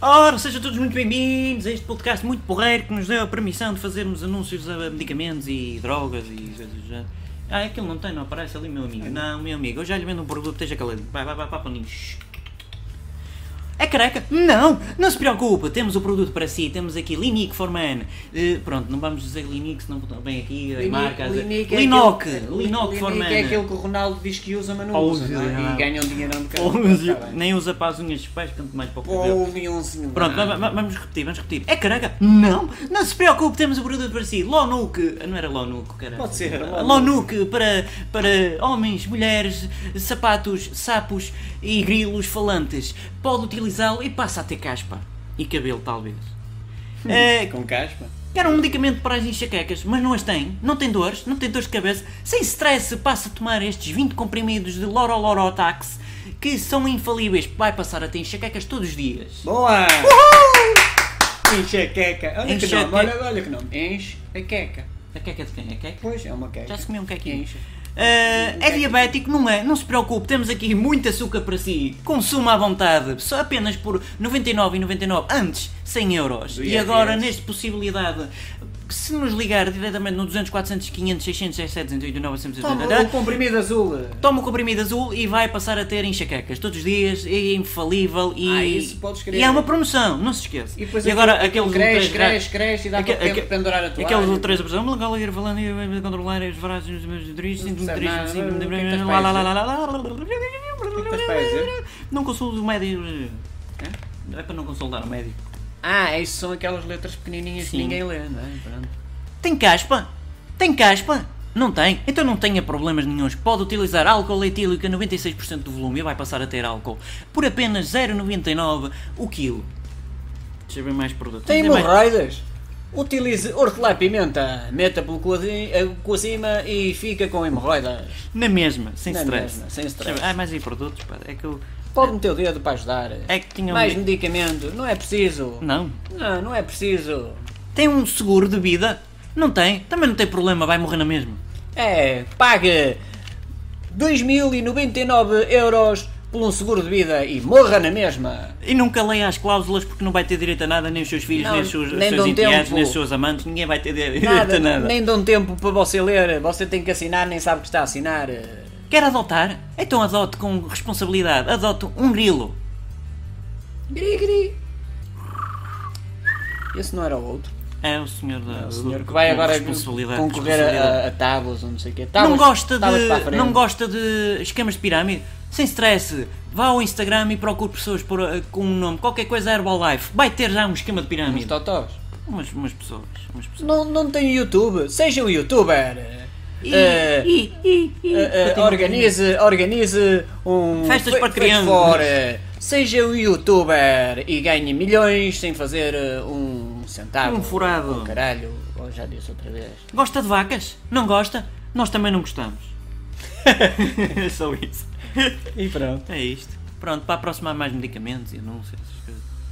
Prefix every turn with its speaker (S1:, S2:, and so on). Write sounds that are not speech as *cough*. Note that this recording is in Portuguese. S1: Ora, sejam todos muito bem-vindos a este podcast muito porreiro que nos deu a permissão de fazermos anúncios a medicamentos e drogas e coisas do género. Ah, aquilo não tem, não aparece ali, meu amigo. Não, meu amigo, eu já lhe vendo um produto, esteja calado. Vai, vai, vai, para o ninho. Shhh. É careca? Não! Não se preocupe, temos o produto para si, temos aqui Linique Forman. Eh, pronto, não vamos dizer Linique, senão bem aqui as
S2: Linique-
S1: marcas. eh,
S2: Linique é
S1: Linoc,
S2: aquele-
S1: Linoc Forman.
S2: é aquele que o Ronaldo diz que usa, mas não
S1: Ou
S2: usa.
S1: usa,
S2: não é?
S1: não.
S2: E ganham dinheiro de
S1: *laughs* Ou
S2: cada um,
S1: usa- nem usa para as unhas dos pés, quanto mais para o cabelo.
S2: Tá Ou um unzinho.
S1: Pronto, va- va- vamos repetir, vamos repetir. É careca? Não! Não se preocupe, temos o produto para si. Lonuke. Não era Lonuke, cara.
S2: Pode ser, era
S1: Lonuke. para, para homens, mulheres, sapatos, sapos e grilos falantes. Pode utilizá-lo e passa a ter caspa. E cabelo, talvez.
S2: Hum.
S1: É,
S2: Com caspa.
S1: Quer um medicamento para as enxaquecas, mas não as tem, não tem dores, não tem dores de cabeça, sem stress passa a tomar estes 20 comprimidos de Lorolorotax que são infalíveis, vai passar a ter enxaquecas todos os dias.
S2: Boa! Enxaqueca. Olha que
S1: Enxaqueca.
S2: nome, olha, olha que nome. Enche a queca.
S1: A queca de quem? A queca?
S2: Pois, é uma queca.
S1: Já se comeu um quequinho?
S2: Enche.
S1: Ah, é diabético, não é? Não se preocupe, temos aqui muito açúcar para si. Consuma à vontade, só apenas por 99,99 antes 100 euros.
S2: Do
S1: E
S2: IRS.
S1: agora, neste possibilidade, se nos ligar diretamente no 200, 400, 500, 600, 700, 800, 900,
S2: Toma o comprimido azul.
S1: Toma o comprimido azul e vai passar a ter enxaquecas todos os dias, é infalível e.
S2: Ah, isso podes crer.
S1: E é uma promoção, não se esqueça.
S2: E depois
S1: agora aqueles ah,
S2: aquilo- aquilo cresce,
S1: ultras gra-
S2: cresce, cresce e dá
S1: Aque-
S2: para
S1: aque-
S2: pendurar a toalha.
S1: Aqueles ultras a pressão, Gallagher falando e controlar as frases dos meus direitos,
S2: Não
S1: sinto-me
S2: percebe
S1: triste,
S2: nada.
S1: sinto-me-
S2: O que é que estás
S1: lá, lá,
S2: para
S1: lá,
S2: aí
S1: lá, lá, lá,
S2: é estás para aí dizer?
S1: Não consulto o médico. É para não consultar o médico.
S2: Ah, isso são aquelas letras pequenininhas
S1: Sim.
S2: que ninguém lê, não é? Pronto.
S1: Tem caspa? Tem caspa? Não tem? Então não tenha problemas nenhuns. Pode utilizar álcool etílico a 96% do volume e vai passar a ter álcool por apenas 0,99 o quilo. Deixa eu ver mais produtos.
S2: Tem
S1: mais...
S2: hemorroidas? Utilize hortelã-pimenta, meta pelo cozi- eh, com acima e fica com hemorroidas.
S1: Na mesma, sem
S2: Na
S1: stress.
S2: mesma, sem stress.
S1: Deixa eu ver- Ah, mais aí produtos, pá. É que eu...
S2: Pode meter o dedo para ajudar.
S1: É que tinha um...
S2: Mais medicamento, não é preciso.
S1: Não.
S2: Não, não é preciso.
S1: Tem um seguro de vida? Não tem. Também não tem problema, vai morrer na mesma.
S2: É, pague 2099 euros por um seguro de vida e morra na mesma.
S1: E nunca leia as cláusulas porque não vai ter direito a nada, nem os seus filhos,
S2: Não,
S1: nem os seus,
S2: nem
S1: seus
S2: dão
S1: enteados,
S2: tempo.
S1: nem os seus amantes, ninguém vai ter direito
S2: Nada,
S1: a nada.
S2: nem dão tempo para você ler, você tem que assinar, nem sabe que está a assinar.
S1: Quer adotar? Então adote com responsabilidade. Adote um grilo.
S2: Gri, gri. Esse não era o outro.
S1: É o senhor da.
S2: O senhor que vai agora
S1: responsabilidade,
S2: concorrer
S1: responsabilidade.
S2: a, Tá, a tábuas ou não sei o quê.
S1: não
S2: Tábuas-
S1: gosta
S2: tábuas para a frente.
S1: de. Não gosta de esquemas de pirâmide? Sem stress. Vá ao Instagram e procure pessoas por, eh, com um nome. Qualquer coisa Herbalife. Vai ter já um esquema de
S2: Uns
S1: pirâmide.
S2: totós.
S1: Umas, umas pessoas. Umas pessoas.
S2: Não, não tem YouTube. Seja um YouTuber.
S1: E,
S2: Eh,
S1: e, e, e,
S2: eh,
S1: continua.
S2: organize, organize um
S1: Festas
S2: fe-
S1: para
S2: feito
S1: crianças.
S2: fora. Seja um YouTuber e ganhe milhões sem fazer eh, um centavo.
S1: Um furado.
S2: Um caralho. Oh, já disse outra vez.
S1: Gosta de vacas? Não gosta? Nós também não gostamos. É Só isso.
S2: E pronto.
S1: É isto. Pronto, para a próxima há mais medicamentos e anúncios, essas coisas.